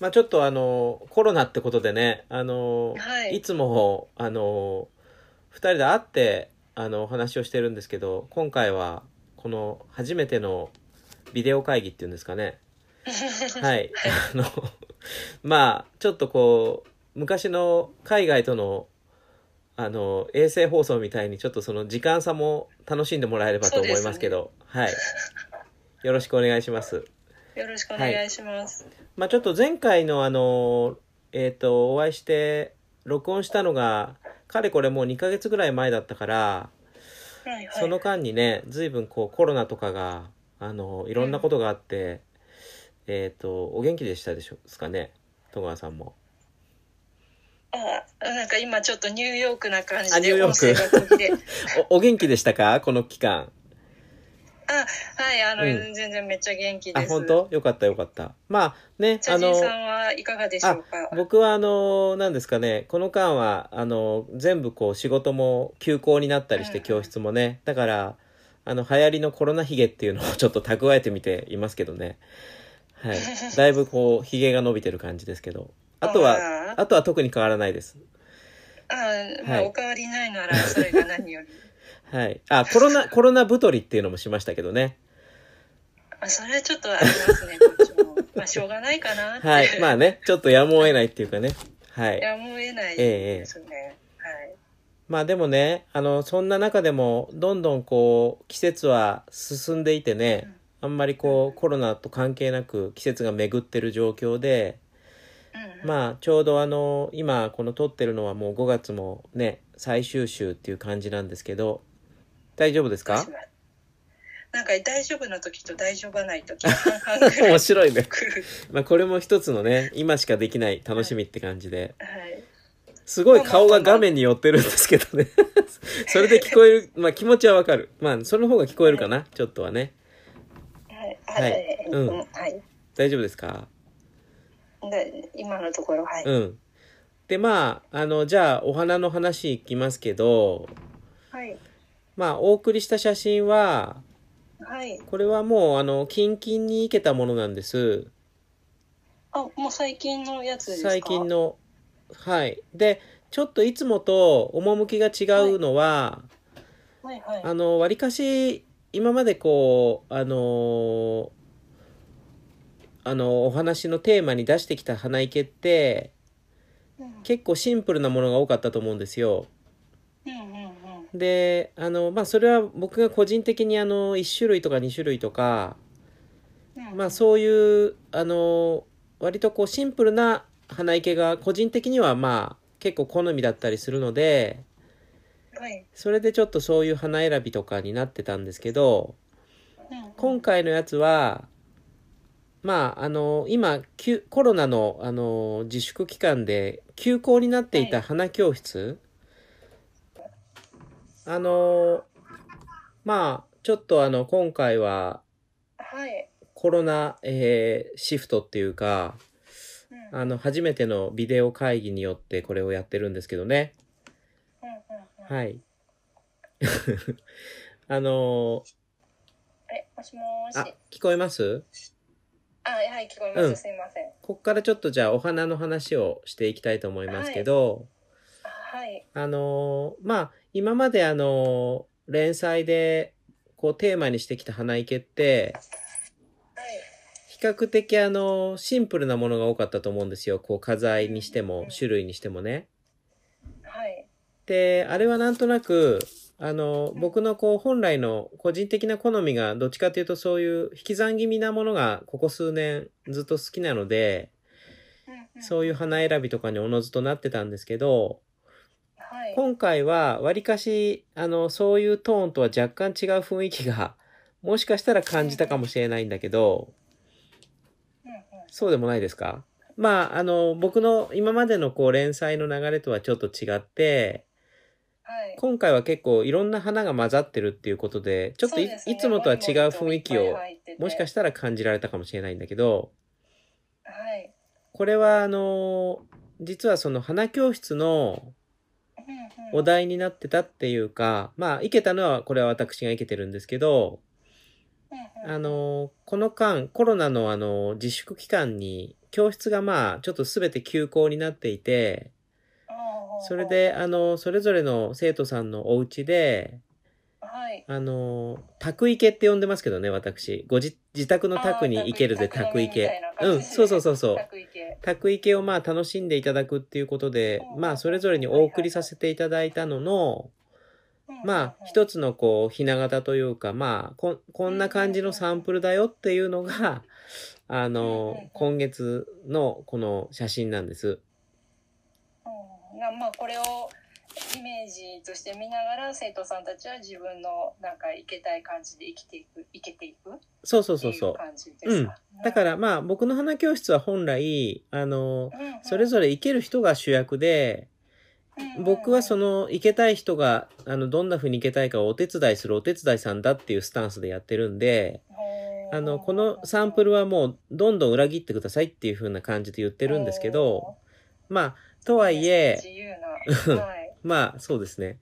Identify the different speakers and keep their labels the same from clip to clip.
Speaker 1: まあ、ちょっとあのコロナってことでねあの、
Speaker 2: はい
Speaker 1: いつもあの2人で会ってあのお話をしてるんですけど今回はこの初めてのビデオ会議っていうんですか ねはいあのまあちょっとこう昔の海外とのあの衛星放送みたいにちょっとその時間差も楽しんでもらえればと思いますけどはいよろしくお願いします。
Speaker 2: よろしくお願いします。
Speaker 1: まあ、ちょっと前回のあの、えっ、と、お会いして、録音したのが、かれこれもう2ヶ月ぐらい前だったから、
Speaker 2: はい、はい。
Speaker 1: その間にね、ずいぶんこうコロナとかが、あの、いろんなことがあって、えっ、と、お元気でしたでしょですかね、戸川さんも。
Speaker 2: あ、なんか今ちょっとニューヨークな感
Speaker 1: あ
Speaker 2: じ
Speaker 1: ニュー
Speaker 2: で
Speaker 1: ヨ
Speaker 2: 音声
Speaker 1: ーク
Speaker 2: が途切 れ。
Speaker 1: お、お元気でしたかこの期間。
Speaker 2: あ、はい、あの、
Speaker 1: うん
Speaker 2: 全然めっちゃ元気で
Speaker 1: あ、
Speaker 2: す。
Speaker 1: 本当よかったよかった。まあね、
Speaker 2: チ
Speaker 1: あ
Speaker 2: ャジ
Speaker 1: の
Speaker 2: ン、さんはいかがでしょうか。
Speaker 1: 僕はあの何ですかねこの間はあの全部こう仕事も休校になったりして
Speaker 2: うん
Speaker 1: 教室もねだからあの流行りのコロナヒゲっていうのをちょっと蓄えてみていますけどね はいだいぶこうヒゲが伸びてる感じですけどあとは
Speaker 2: あー
Speaker 1: あとは特に変わらないです
Speaker 2: あ、ま
Speaker 1: は
Speaker 2: あ、
Speaker 1: い
Speaker 2: お変わりな いなら、それが何より。
Speaker 1: はいあコロナ コロナ太りっていうのもしましたけどね
Speaker 2: あ、それはちょっとあります ね、こっちも。まあ、しょうがないかなって。
Speaker 1: はいまあねちょっとやむを得ないっていうかねはい
Speaker 2: やむを得 ない
Speaker 1: ええええ
Speaker 2: ですね。はい。
Speaker 1: まあでもね、あの、そんな中でも、どんどんこう、季節は進んでいてね、あんまりこう、コロナと関係なく季節が巡ってる状況で、
Speaker 2: うん、
Speaker 1: まあちょうどあの、今この撮ってるのはもう5月もね、最終週っていう感じなんですけど、大丈夫ですか
Speaker 2: なんか大丈夫な時と大丈夫ない 時半々ぐら
Speaker 1: 面
Speaker 2: い
Speaker 1: 白いね。
Speaker 2: 来る。
Speaker 1: まあこれも一つのね、今しかできない楽しみって感じで、
Speaker 2: はい。
Speaker 1: すごい顔が画面に寄ってるんですけどね。それで聞こえる、まあ気持ちはわかる。まあその方が聞こえるかな、ちょっとはね。
Speaker 2: はい。
Speaker 1: はいうん
Speaker 2: はい。
Speaker 1: 大丈夫ですか
Speaker 2: で今のところ、はい。
Speaker 1: うん。で、まあ、あの、じゃあ、お花の話いきますけど、
Speaker 2: はい。
Speaker 1: まあ、お送りした写真は、
Speaker 2: はい。
Speaker 1: これはもう、あの、キンキンに生けたものなんです。
Speaker 2: あ、もう最近のやつですか
Speaker 1: 最近。の。はい。で、ちょっといつもと趣が違うのは、
Speaker 2: はいはい。
Speaker 1: あの、わりかし、今までこう、あのーあの、お話のテーマに出してきた花いけって、
Speaker 2: うん
Speaker 1: 結構シンプルなものが多かったと思うんですよ。
Speaker 2: うんうんうん。
Speaker 1: であのまあそれは僕が個人的にあの1種類とか2種類とか、
Speaker 2: うん
Speaker 1: まあ、そういうあの割とこうシンプルな花いけが個人的にはまあ結構好みだったりするので
Speaker 2: はい。
Speaker 1: それでちょっとそういう花選びとかになってたんですけど
Speaker 2: うん
Speaker 1: 今回のやつはまああの今きゅコロナのあの自粛期間で休校になっていた花教室、あのまあちょっとあの今回は
Speaker 2: はい。
Speaker 1: コロナ、えーシフトっていうか
Speaker 2: うんうん
Speaker 1: あの初めてのビデオ会議によってこれをやってるんですけどね
Speaker 2: うんうん。
Speaker 1: はい。 あの
Speaker 2: え、もしも
Speaker 1: あ
Speaker 2: し。
Speaker 1: 聞こえます
Speaker 2: あ、はい、聞こえま
Speaker 1: うん
Speaker 2: す。すいません。
Speaker 1: ここからちょっとじゃあお花の話をしていきたいと思いますけど、
Speaker 2: あはい。
Speaker 1: あのーまあ今まであのー連載でこうテーマにしてきた花いけって
Speaker 2: はい。
Speaker 1: 比較的あのーシンプルなものが多かったと思うんですよこう花材にしても種類にしてもね。
Speaker 2: はい。
Speaker 1: であれはなんとなくあのー僕のこう本来の個人的な好みがどっちかというとそういう引き算気味なものがここ数年ずっと好きなので
Speaker 2: うんうん
Speaker 1: そういう花選びとかにおのずとなってたんですけど
Speaker 2: はい。
Speaker 1: 今回はわりかしあのそういうトーンとは若干違う雰囲気が もしかしたら感じたかもしれないんだけど
Speaker 2: うんうん
Speaker 1: そうでもないですかまああの僕の今までのこう連載の流れとはちょっと違って
Speaker 2: はい。
Speaker 1: 今回は結構いろんな花が混ざってるっていうことでちょっとい,、
Speaker 2: そうですね
Speaker 1: つもとは違う雰囲気
Speaker 2: もみもみといっ
Speaker 1: を
Speaker 2: ぱい入ってて
Speaker 1: もしかしたら感じられたかもしれないんだけど
Speaker 2: はい。
Speaker 1: これはあの実はその花教室の
Speaker 2: うんうん
Speaker 1: お題になってたっていうかまあいけたのはこれは私がいけてるんですけど
Speaker 2: うんうん
Speaker 1: あの、この間、コロナのあの、自粛期間に教室がまあ、ちょっとすべて休校になっていて、それ、で、あの、それぞれの生徒さんのお家で、
Speaker 2: はい。
Speaker 1: あの、宅池って呼んでますけどね、私。ごじ、自宅の宅に行けるで
Speaker 2: あー
Speaker 1: 宅
Speaker 2: 宅飲みみた
Speaker 1: 池
Speaker 2: いな。感じ
Speaker 1: うん、そうそうそうそう。
Speaker 2: 宅池
Speaker 1: 宅池をまあ楽しんでいただくっていうことで、
Speaker 2: うん
Speaker 1: まあそれぞれにお送りさせていただいたのの、まあ一
Speaker 2: つ、
Speaker 1: つのこう、ひな形というか、まあこん、こんな感じのサンプルだよっていうのが、あ
Speaker 2: うんうんう
Speaker 1: の
Speaker 2: ん、
Speaker 1: 今月のこの写真なんです。
Speaker 2: うんなまあ、これをイメージとして見ながら生徒さんたちは自分のなんかいけたい感じで生きていく生けていくって
Speaker 1: そうそうそう
Speaker 2: い
Speaker 1: そうう。
Speaker 2: 感じですか。
Speaker 1: だからまあ僕の花教室は本来、あの、
Speaker 2: うんうん
Speaker 1: それぞれ生ける人が主役で、僕はそ
Speaker 2: の、
Speaker 1: の行けたい人があのどんな風に行けたいかをお手伝いするお手伝いさんだっていうスタンスでやってるんであのこのサンプル
Speaker 2: は
Speaker 1: はもうどんどん裏切ってくださいっていう風な感じで言ってるんですけどまあとはい
Speaker 2: 自
Speaker 1: え
Speaker 2: 由 な、はい、
Speaker 1: まあそうですね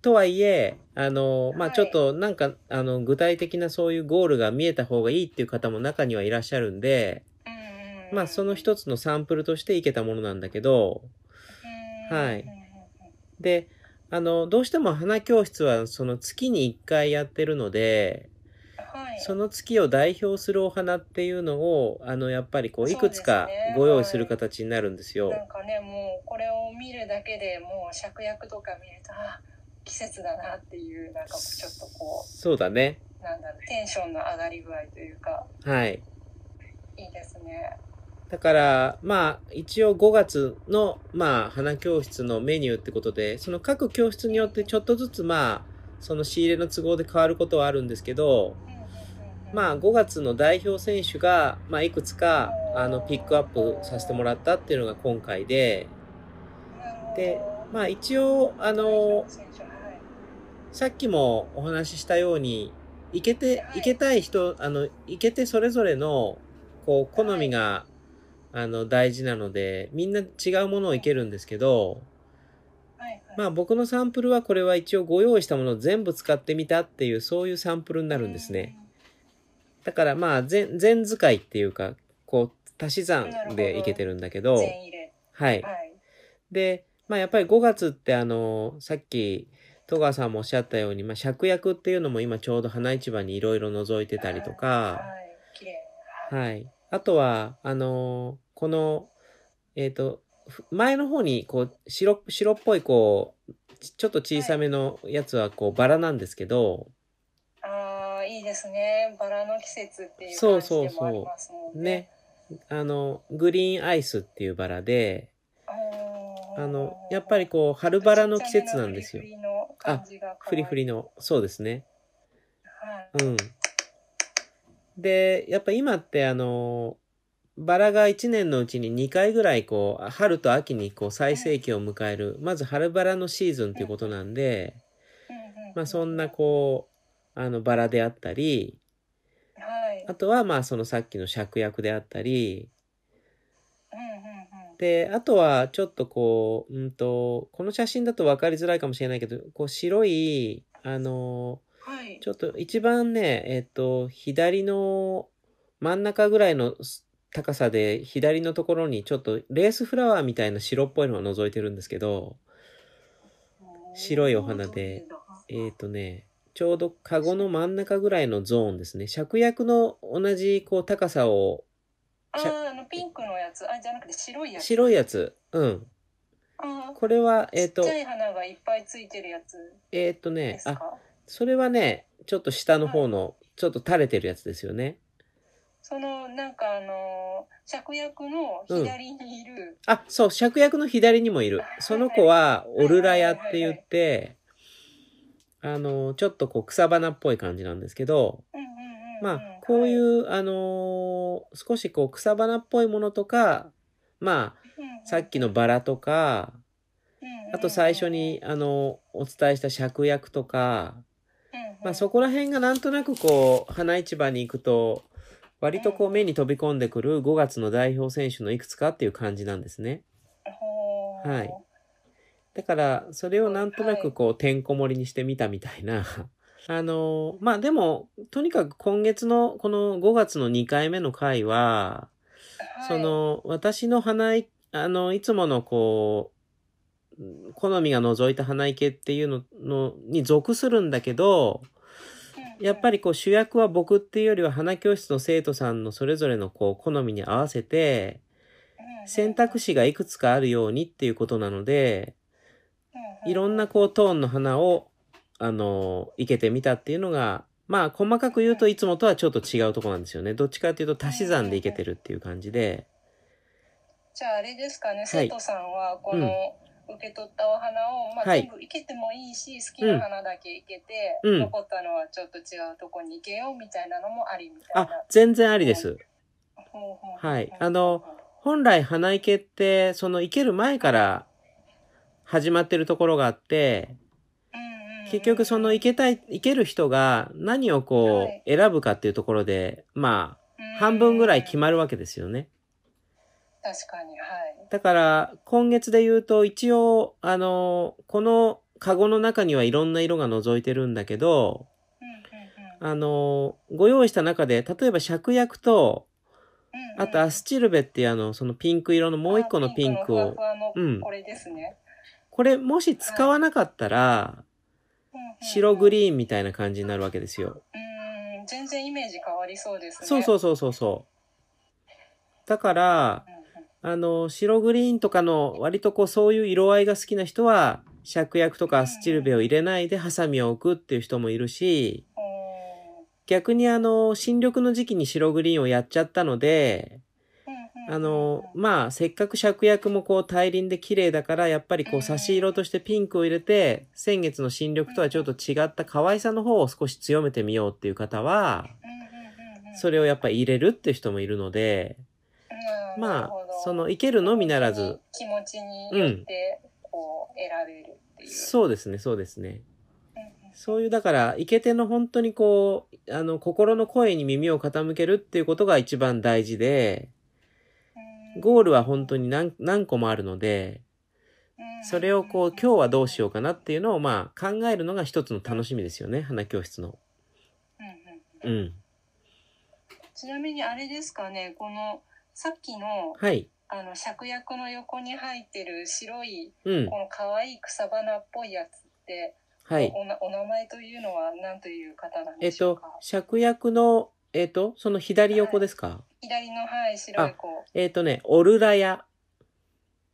Speaker 1: とはいえあのまあ
Speaker 2: はい
Speaker 1: ちょっとなんかあの具体的なそういうゴールが見えた方がいいっていう方も中にはいらっしゃるんで
Speaker 2: うんうんうん
Speaker 1: まあその一つのサンプルとして行けたものなんだけどはい
Speaker 2: うんうん
Speaker 1: で、あの、どうしても花教室はその月に1回やってるので、
Speaker 2: うんはい、
Speaker 1: その月を代表するお花っていうのを、あの、やっぱりこう、い
Speaker 2: そう
Speaker 1: く
Speaker 2: ですね
Speaker 1: つかご用意する形になるんですよ。
Speaker 2: なんかねもうこれを見るだけでもう芍薬とか見るとあ季節だなっていうなんかちょっとこ
Speaker 1: そうだね。
Speaker 2: うなんだろうテンションの上がり具合というか
Speaker 1: はい。
Speaker 2: いいですね。
Speaker 1: だから、まあ、一応5月の、まあ、花教室のメニューってことで、その各教室によってちょっとずつ、まあ、その仕入れの都合で変わることはあるんですけど、ま
Speaker 2: あ
Speaker 1: あ、5月の代表選手が、まあ、いくつかあのピックアップさせてもらったっていうのが今回で、でまあ、一応あのさっきもお話ししたように行けて
Speaker 2: はい
Speaker 1: 行けたい人あの行けてそれぞれのこう好みが、あの大事なのでみんな違うものを行けるんですけど、まあ、僕のサンプルはこれは一応ご用意したものを全部使ってみたっていうそういうサンプルに
Speaker 2: あ
Speaker 1: なるんですね。。だからまあ全全使いっていうかこう足し算でいけてるんだけ
Speaker 2: う
Speaker 1: ど
Speaker 2: ん全入れ
Speaker 1: はい
Speaker 2: はい
Speaker 1: でまあやっぱり5月ってあのさっき戸川さんもおっしゃったように、まあ、芍薬っていうのも今ちょうど花市場にいろいろ覗いてたりと
Speaker 2: は
Speaker 1: か、
Speaker 2: い綺麗
Speaker 1: はい、あとはあのこのえっ、とふ前の方にこう白白っぽいこうちちょっと小さめのやつはこうバラなんですけど、
Speaker 2: ああいいですねバラの季節っていう
Speaker 1: そ
Speaker 2: 感
Speaker 1: う
Speaker 2: じ
Speaker 1: そう
Speaker 2: でもありますもん
Speaker 1: ねあのグリーンアイスっていうバラで、あの、やっぱりこう、春バラの季節なんですよ
Speaker 2: ち。っちゃめのフリフリの感じが可
Speaker 1: フ
Speaker 2: 愛い
Speaker 1: リフリの。そうですね。
Speaker 2: はい
Speaker 1: うん。で、やっぱ今ってあの、バラが1年のうちに2回ぐらいこう、春と秋にこう、最盛期を迎える、まず春バラのシーズンということなんで、
Speaker 2: うんうんうん
Speaker 1: まあそんなこう、あの、バラであったり、
Speaker 2: はい
Speaker 1: あとはまあそのさっきの芍薬であったり、
Speaker 2: うんうんうん
Speaker 1: で、あとはちょっとこう、うんと、この写真だと分かりづらいかもしれないけど、こう白い、あの、
Speaker 2: はい
Speaker 1: ちょっと一番ね、えっ、と、左の真ん中ぐらいのす高さで、左のところにちょっとレースフラワーみたいな白っぽいのが覗いてるんですけど、白いお花でえっ、とね、ちょうどカゴの真ん中ぐらいのゾーンですね。芍薬の同じこう高さを、
Speaker 2: あ
Speaker 1: しゃ
Speaker 2: ーあのピンクのやつあじゃなくて白いやつ
Speaker 1: 白いやつ、うん。
Speaker 2: あー
Speaker 1: これは、えっ、と
Speaker 2: ちっち、ゃい花がいっぱいついてるやつ
Speaker 1: えっ、と
Speaker 2: で
Speaker 1: ね
Speaker 2: す、
Speaker 1: あ、
Speaker 2: か
Speaker 1: それはね、ちょっと下の方の、ちょっと垂れてるやつですよね。
Speaker 2: そのなんかあのー芍薬の左にいる
Speaker 1: あ、そう、芍薬の左にもいる。その子は、オルラヤって言って、あの、ちょっとこう草花っぽい感じなんですけど、
Speaker 2: うんうんうんうん
Speaker 1: まあ、こうい
Speaker 2: は
Speaker 1: う、あのー少しこう草花っぽいものとか、まあ、
Speaker 2: いうんうん
Speaker 1: さっきのバラとか、
Speaker 2: うんうんうん
Speaker 1: あと最初に、あの、お伝えした芍薬とか、
Speaker 2: うんうん
Speaker 1: まあそこら辺がなんとなくこう、花市場に行くと、割とこう目に飛び込んでくる5月の代表選手のいくつかっていう感じなんですね。
Speaker 2: ほー
Speaker 1: はいだから、それをなんとなくこう、てんこ盛りにしてみたみたいな。 あのー、まあ、でも、とにかく今月の、この5月の2回目の回は、
Speaker 2: はい、
Speaker 1: その私の花いあのいつものこううん好みが除いた花いけっていうののに属するんだけどやっぱ
Speaker 2: り、
Speaker 1: りこう主役は僕っていうよりは花教室の生徒さんのそれぞれのこう好みに合わせて選択
Speaker 2: 肢、
Speaker 1: 肢がいくつかあるようにっていうことなので
Speaker 2: ううう
Speaker 1: いろんなこうトーンの花をあのいけてみたっていうのがまあ細かく言うといつもとはちょっと違うとこなんですよねどっちかっていうと足し算でいけてるっていう感じで。
Speaker 2: じゃああれですかね、生徒さんはこの受け取ったお花を、まあ、
Speaker 1: はい
Speaker 2: 全部いけてもいいし、好きな花だけいけて、
Speaker 1: うん
Speaker 2: 残ったのはちょっと違うとこに行けようみたいなのもありみたい
Speaker 1: あ
Speaker 2: な。
Speaker 1: 全然ありです。
Speaker 2: ほうほうほう
Speaker 1: はいあの、本来花いけってその生ける前から始まってるところがあって
Speaker 2: うんうんうん
Speaker 1: 結局その生けたい生ける人が何をこ
Speaker 2: はいう
Speaker 1: 選ぶかっていうところでまあ半分ぐらい決まるわけですよね
Speaker 2: うん確かに、はい。
Speaker 1: だから今月で言うと一応あのこのカゴの中にはいろんな色が覗いてるんだけど
Speaker 2: うんうんうん
Speaker 1: あのご用意した中で例えば芍薬と
Speaker 2: うんう
Speaker 1: あ
Speaker 2: ん
Speaker 1: とアスチルベっていうあのそのピンク色のもう一個のピンク
Speaker 2: あ
Speaker 1: を
Speaker 2: ふわふわ
Speaker 1: う
Speaker 2: の
Speaker 1: ん
Speaker 2: これですね。
Speaker 1: これもし使わなかったら、白グリーンみたいな感じになるわけですよ。
Speaker 2: ーン。うん、全然イメージ変わりそうですね。
Speaker 1: そうそうそうそうそう。だから、
Speaker 2: うんうん。
Speaker 1: あの、白グリーンとかの割とこうそういう色合いが好きな人は、芍薬とかアスチルベを入れないでハサミを置くっていう人もいるし、
Speaker 2: おー
Speaker 1: 逆にあの、新緑の時期に白グリーンをやっちゃったので、
Speaker 2: うんうんうん
Speaker 1: あの、まあ、せっかく芍薬もこう大輪で綺麗だから、やっぱりこ
Speaker 2: うん
Speaker 1: う差し色としてピンクを入れて、先月の新緑とはちょっと違った可愛さの方を少し強めてみようっていう方は、
Speaker 2: うんうんうんうん
Speaker 1: それをやっぱり入れるっていう人もいるので、
Speaker 2: うんな
Speaker 1: ま
Speaker 2: る
Speaker 1: あ
Speaker 2: ほど、
Speaker 1: そのいけるのみならず、
Speaker 2: 気持ちによってこう選べるっていう、
Speaker 1: そうですね、そうですね。
Speaker 2: うんうん
Speaker 1: そういう、だから、イケての本当にこう、あの、心の声に耳を傾けるっていうことが一番大事で、
Speaker 2: うん
Speaker 1: ゴールは本当に何何個もあるので、それをこう、今日はどうしようかなっていうのを、まあ、考えるのが一つの楽しみですよね、花教室の。
Speaker 2: うんうんうん
Speaker 1: うん。
Speaker 2: ちなみにあれですかねこのさっきの
Speaker 1: はい。
Speaker 2: あの芍薬の横に入ってる白い
Speaker 1: うん。
Speaker 2: この可愛い草花っぽいやつって、
Speaker 1: はい。
Speaker 2: おなお名前というのは何という方なん
Speaker 1: え
Speaker 2: で
Speaker 1: っ
Speaker 2: しょう
Speaker 1: と
Speaker 2: か、、
Speaker 1: 芍薬の、えっと、その左横ですか
Speaker 2: 左のはい白い子
Speaker 1: えっとね、オルラヤ。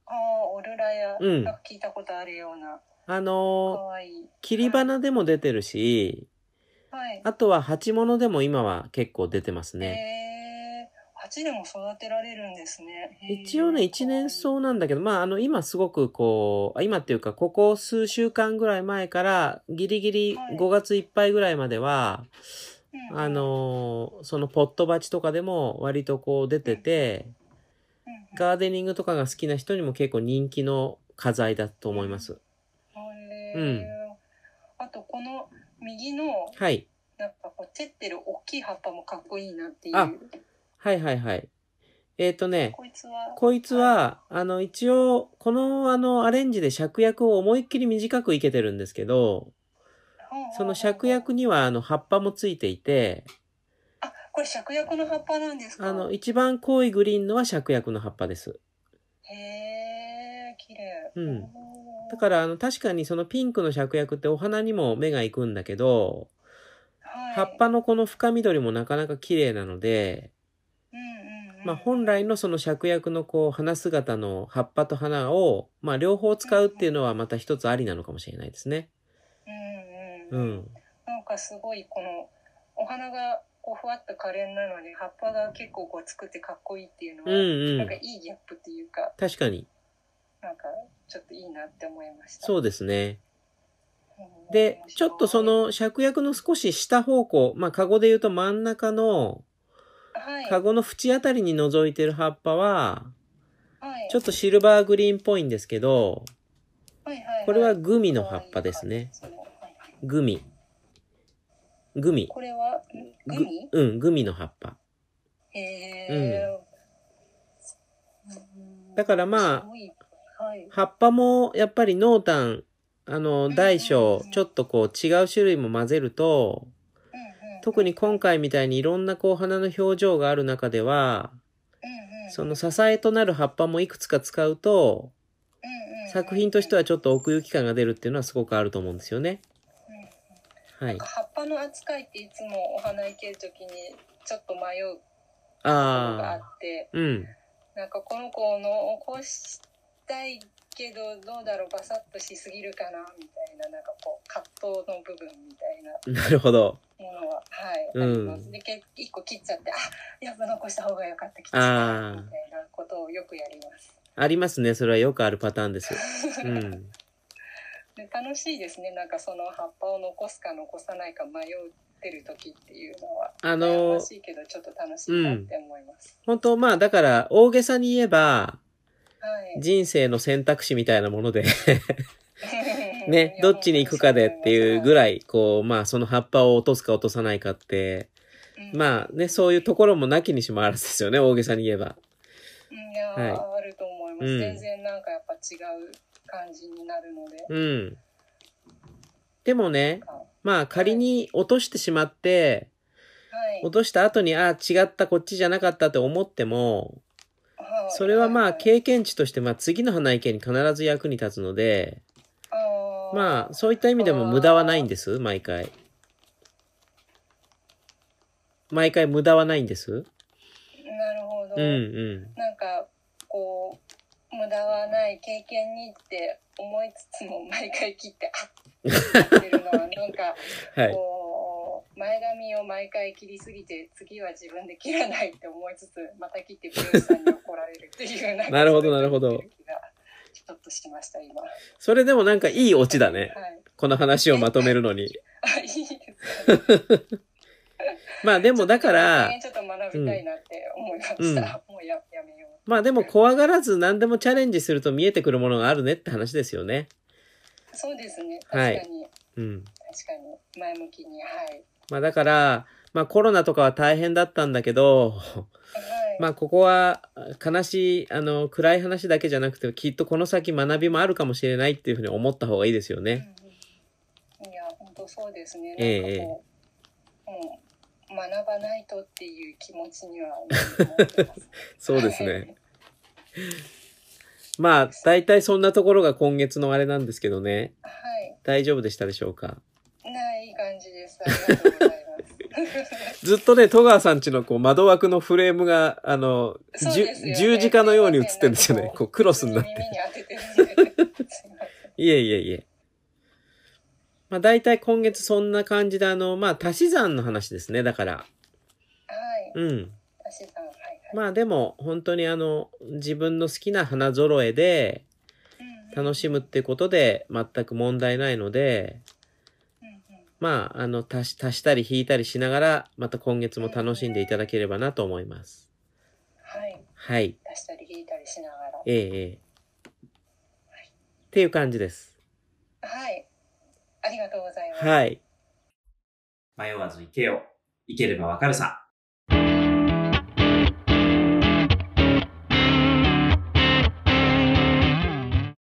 Speaker 2: ああオルラや、
Speaker 1: うん
Speaker 2: なんか聞いたことあるような
Speaker 1: あのー
Speaker 2: 可愛い
Speaker 1: 切り花でも出てるし、
Speaker 2: はい
Speaker 1: あとは鉢物でも今は結構出てますね。
Speaker 2: ね。鉢でも育てられるんですね。へー
Speaker 1: 一応ね、一年。草なんだけど、まあ、あの、今すごくこう、あ今っていうか、ここ数週間ぐらい前から、ギリギリ
Speaker 2: はい
Speaker 1: 5月いっぱいぐらいまでは、
Speaker 2: うん
Speaker 1: あ、のー、そのポット鉢とかでも割とこう出てて、
Speaker 2: うん
Speaker 1: ガーデニングとかが好きな人にも結構人気の花材だと思います。
Speaker 2: へー
Speaker 1: うん
Speaker 2: あとこの右の
Speaker 1: はい。
Speaker 2: なんかこう照ってる大きい葉っぱもかっこいいなっていう。
Speaker 1: あはいはいはい。えっ、とね、
Speaker 2: こいつは。
Speaker 1: こいつは、あの、一応、この、あの、アレンジで芍薬を思いっきり短くいけてるんですけど、その芍薬
Speaker 2: に。
Speaker 1: には、あの、葉っぱもついていて、
Speaker 2: あ、これ芍薬の葉っぱなんですか。
Speaker 1: あの、一番濃いグリーンのは芍薬の葉っぱです。
Speaker 2: へえ、綺麗。
Speaker 1: うんだ
Speaker 2: ら、
Speaker 1: から、あの、確かにそのピンクの芍薬ってお花にも目が行くんだけど、
Speaker 2: はい
Speaker 1: 葉っ。ぱのこの深緑もなかなか綺麗なので、
Speaker 2: うんうんうん。
Speaker 1: まあ、本来のその芍薬のこう、花姿の葉っぱと花を、まあ、両方使うっていうのはまた一つありなのかもしれないですね。
Speaker 2: うんう。
Speaker 1: うんん。
Speaker 2: なんかすごいこのお花がこうふわっと可憐なのに葉っぱが結構こう作ってかっこいいっていうの
Speaker 1: う
Speaker 2: は、
Speaker 1: んう
Speaker 2: なん
Speaker 1: ん
Speaker 2: かい。いギャップっていうか
Speaker 1: 確かに。
Speaker 2: なんかちょっといいなって思いました。
Speaker 1: そううですね。
Speaker 2: ん
Speaker 1: で
Speaker 2: 面白い、
Speaker 1: ちょっとその芍薬の少し下方向、まあ、カゴで言うと真ん中の、
Speaker 2: はい
Speaker 1: カゴの縁あたりに覗いてる葉っぱは、
Speaker 2: はい
Speaker 1: ちょっとシルバーグリーンっぽいんですけど、
Speaker 2: はいはいい
Speaker 1: これはグミの葉っぱですね。
Speaker 2: 可愛い感じですね
Speaker 1: グミ。グミ。
Speaker 2: これはんグミ？
Speaker 1: ぐうん、グミの葉っぱ。
Speaker 2: へえ。うん
Speaker 1: だからますあ、
Speaker 2: ごいはい
Speaker 1: 葉っぱもやっぱり濃淡、あの、大
Speaker 2: うん
Speaker 1: 小
Speaker 2: うんう、ん
Speaker 1: ちょっとこう違う種類も混ぜると、
Speaker 2: うんうん
Speaker 1: 特に今回みたいにいろんなこう花の表情がある中では、
Speaker 2: うんうんうん
Speaker 1: その支えとなる葉っぱもいくつか使うと、作品として
Speaker 2: は、
Speaker 1: はちょっと奥行き感が出るっていうのはすごくあると思うんですよね。はい。
Speaker 2: 葉っぱの扱いっていつもお花いける時にちょっと迷うことがあ
Speaker 1: ああ。
Speaker 2: って
Speaker 1: うん。
Speaker 2: なんかこの子の起こしたいけどどうだろうバサッとしすぎるかなみたいななんかこう葛藤の部分みたいな
Speaker 1: なるほど。
Speaker 2: ものははい、
Speaker 1: うん
Speaker 2: ありますで結一個切っちゃってあやっぱ残した方が良かった切っちゃった
Speaker 1: あー
Speaker 2: みたいなことをよくやります
Speaker 1: ありますね。それはよくあるパターンです。うん。
Speaker 2: で楽しいですねなんかその葉っぱを残すか残さないか迷ってる時っていうのは
Speaker 1: あ
Speaker 2: 悩ま
Speaker 1: の、
Speaker 2: しいけどちょっと楽しいなって思います、
Speaker 1: 本当まあ、だから、大げさに言えば、
Speaker 2: はい
Speaker 1: 人生の選択肢みたいなもので、ね
Speaker 2: ね、
Speaker 1: どっちに行くかでっていうぐ
Speaker 2: らい、
Speaker 1: らい、こう、まあ、その葉っぱを落とすか落とさないかって、まあね、そういうところもなきにしもあらずですよね、大げさに言えば。
Speaker 2: うん、いやー、あると思います、
Speaker 1: うん
Speaker 2: 全然なんかやっぱ違う感じになるので、
Speaker 1: うん。でもね、
Speaker 2: は
Speaker 1: まあ仮に落としてしまって、
Speaker 2: い
Speaker 1: 落とした後に、ああ、違った、こっちじゃなかったって思っても、
Speaker 2: はい
Speaker 1: それはまあ
Speaker 2: い
Speaker 1: 経験値として、まあ次の花池に必ず役に立つので、
Speaker 2: あー
Speaker 1: まあそういった意味でも無駄はないんです、毎回。毎回無駄はないんです。
Speaker 2: なるほど、
Speaker 1: うんう
Speaker 2: なんかこう無駄はない経験にって思いつつも毎回切って あっってるのはなんか
Speaker 1: ん。はい。
Speaker 2: こう前髪を毎回切りすぎて次は自分で切らないって思いつつまた切って美容師さんに怒られるっていうなんか
Speaker 1: なるほど
Speaker 2: そういう
Speaker 1: なるほど
Speaker 2: 気がちょっとしました今。
Speaker 1: それでもなんかいいオチだね。
Speaker 2: はい。
Speaker 1: この話をまとめるのに。
Speaker 2: あいいですね。
Speaker 1: まあでもだから、
Speaker 2: ちょっと学びたいなって思いました。もうややめよ
Speaker 1: まあでも怖がらず何でもチャレンジすると見えてくるものがあるねって話ですよね。
Speaker 2: う。そうですね。確
Speaker 1: は
Speaker 2: か
Speaker 1: い
Speaker 2: に、
Speaker 1: うん。
Speaker 2: 確かに前向きにはい。
Speaker 1: まあだから、まあコロナとかは大変だったんだけど、
Speaker 2: はい。
Speaker 1: まあここは悲しい、あの、暗い話だけじゃなくて、きっとこの先学びもあるかもしれないっていうふうに思った方がいいですよね。
Speaker 2: うんうんいや本当そうですね。
Speaker 1: ええ
Speaker 2: なんかこう、うん学ばないとっていう気持ちにはなってます
Speaker 1: そうですね。。まあ大体そんなところが今月のあれなんですけどね。
Speaker 2: はい。
Speaker 1: 大丈夫でしたでしょうか
Speaker 2: ないい感じです。ありがとうござ います。
Speaker 1: ずっとね、戸川さんちのこう窓枠のフレームが、あの、
Speaker 2: そう
Speaker 1: 十
Speaker 2: ですよね
Speaker 1: 十字架のように映ってるんですよ
Speaker 2: なん
Speaker 1: ね
Speaker 2: か。
Speaker 1: こうクロスになって。
Speaker 2: 耳に当ててるんで。すいません。
Speaker 1: いえいえいえ。まあ大体今月そんな感じで、あの、まあ足し算の話ですね、だから。
Speaker 2: はい。
Speaker 1: うん。
Speaker 2: 足し算はいはい。
Speaker 1: まあでも本当にあの、自分の好きな花揃えで
Speaker 2: うんうん
Speaker 1: 楽しむってことで全く問題ないので、
Speaker 2: うんうん
Speaker 1: まああの、足し、足したり引いたりしながら、また今月も楽しんでいただければなと思います。
Speaker 2: はい。
Speaker 1: はい。
Speaker 2: 出したり引いたりしながら。
Speaker 1: ええええ。っていう感じです。
Speaker 2: はい。ありがとうございます。
Speaker 1: はい。迷わず行けよ。行ければわかるさ。